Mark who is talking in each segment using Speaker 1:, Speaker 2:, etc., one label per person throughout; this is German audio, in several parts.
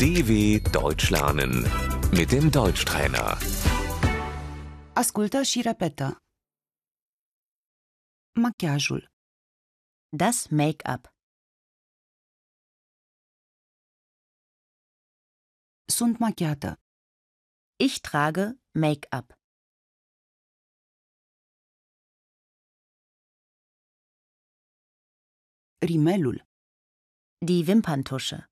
Speaker 1: DW Deutsch lernen mit dem Deutschtrainer.
Speaker 2: Ascultă și repetă. Machiajul,
Speaker 3: Das Make-up,
Speaker 2: sunt machiată,
Speaker 3: ich trage Make-up,
Speaker 2: rimelul,
Speaker 3: die Wimperntusche,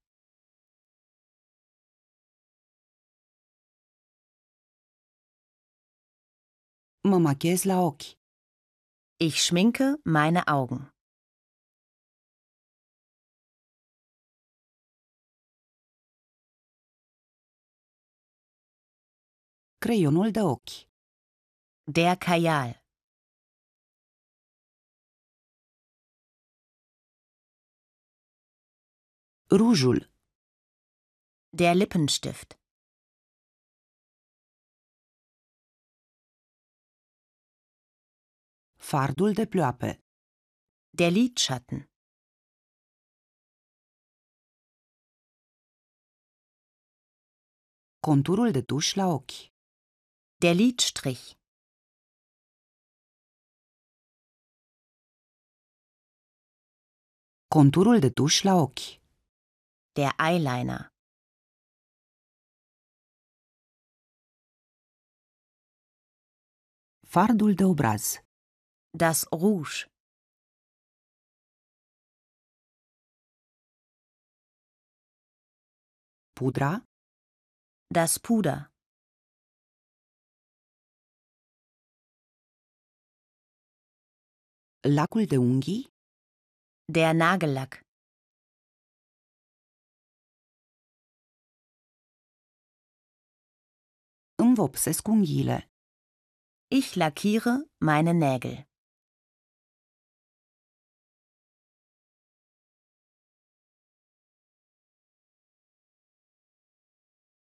Speaker 2: mă machez la ochi,
Speaker 3: ich schminke meine Augen,
Speaker 2: creionul de ochi,
Speaker 3: der Kajal,
Speaker 2: rujul,
Speaker 3: der Lippenstift,
Speaker 2: fardul de ploape,
Speaker 3: der Lidschatten,
Speaker 2: conturul de tuș la ochi,
Speaker 3: der Lidstrich,
Speaker 2: conturul de tuș la ochi,
Speaker 3: der Eyeliner,
Speaker 2: fardul de obraz,
Speaker 3: das Rouge,
Speaker 2: pudra,
Speaker 3: das Puder,
Speaker 2: lacul de unghii,
Speaker 3: der Nagellack,
Speaker 2: învopsesc unghiile,
Speaker 3: ich lackiere meine Nägel,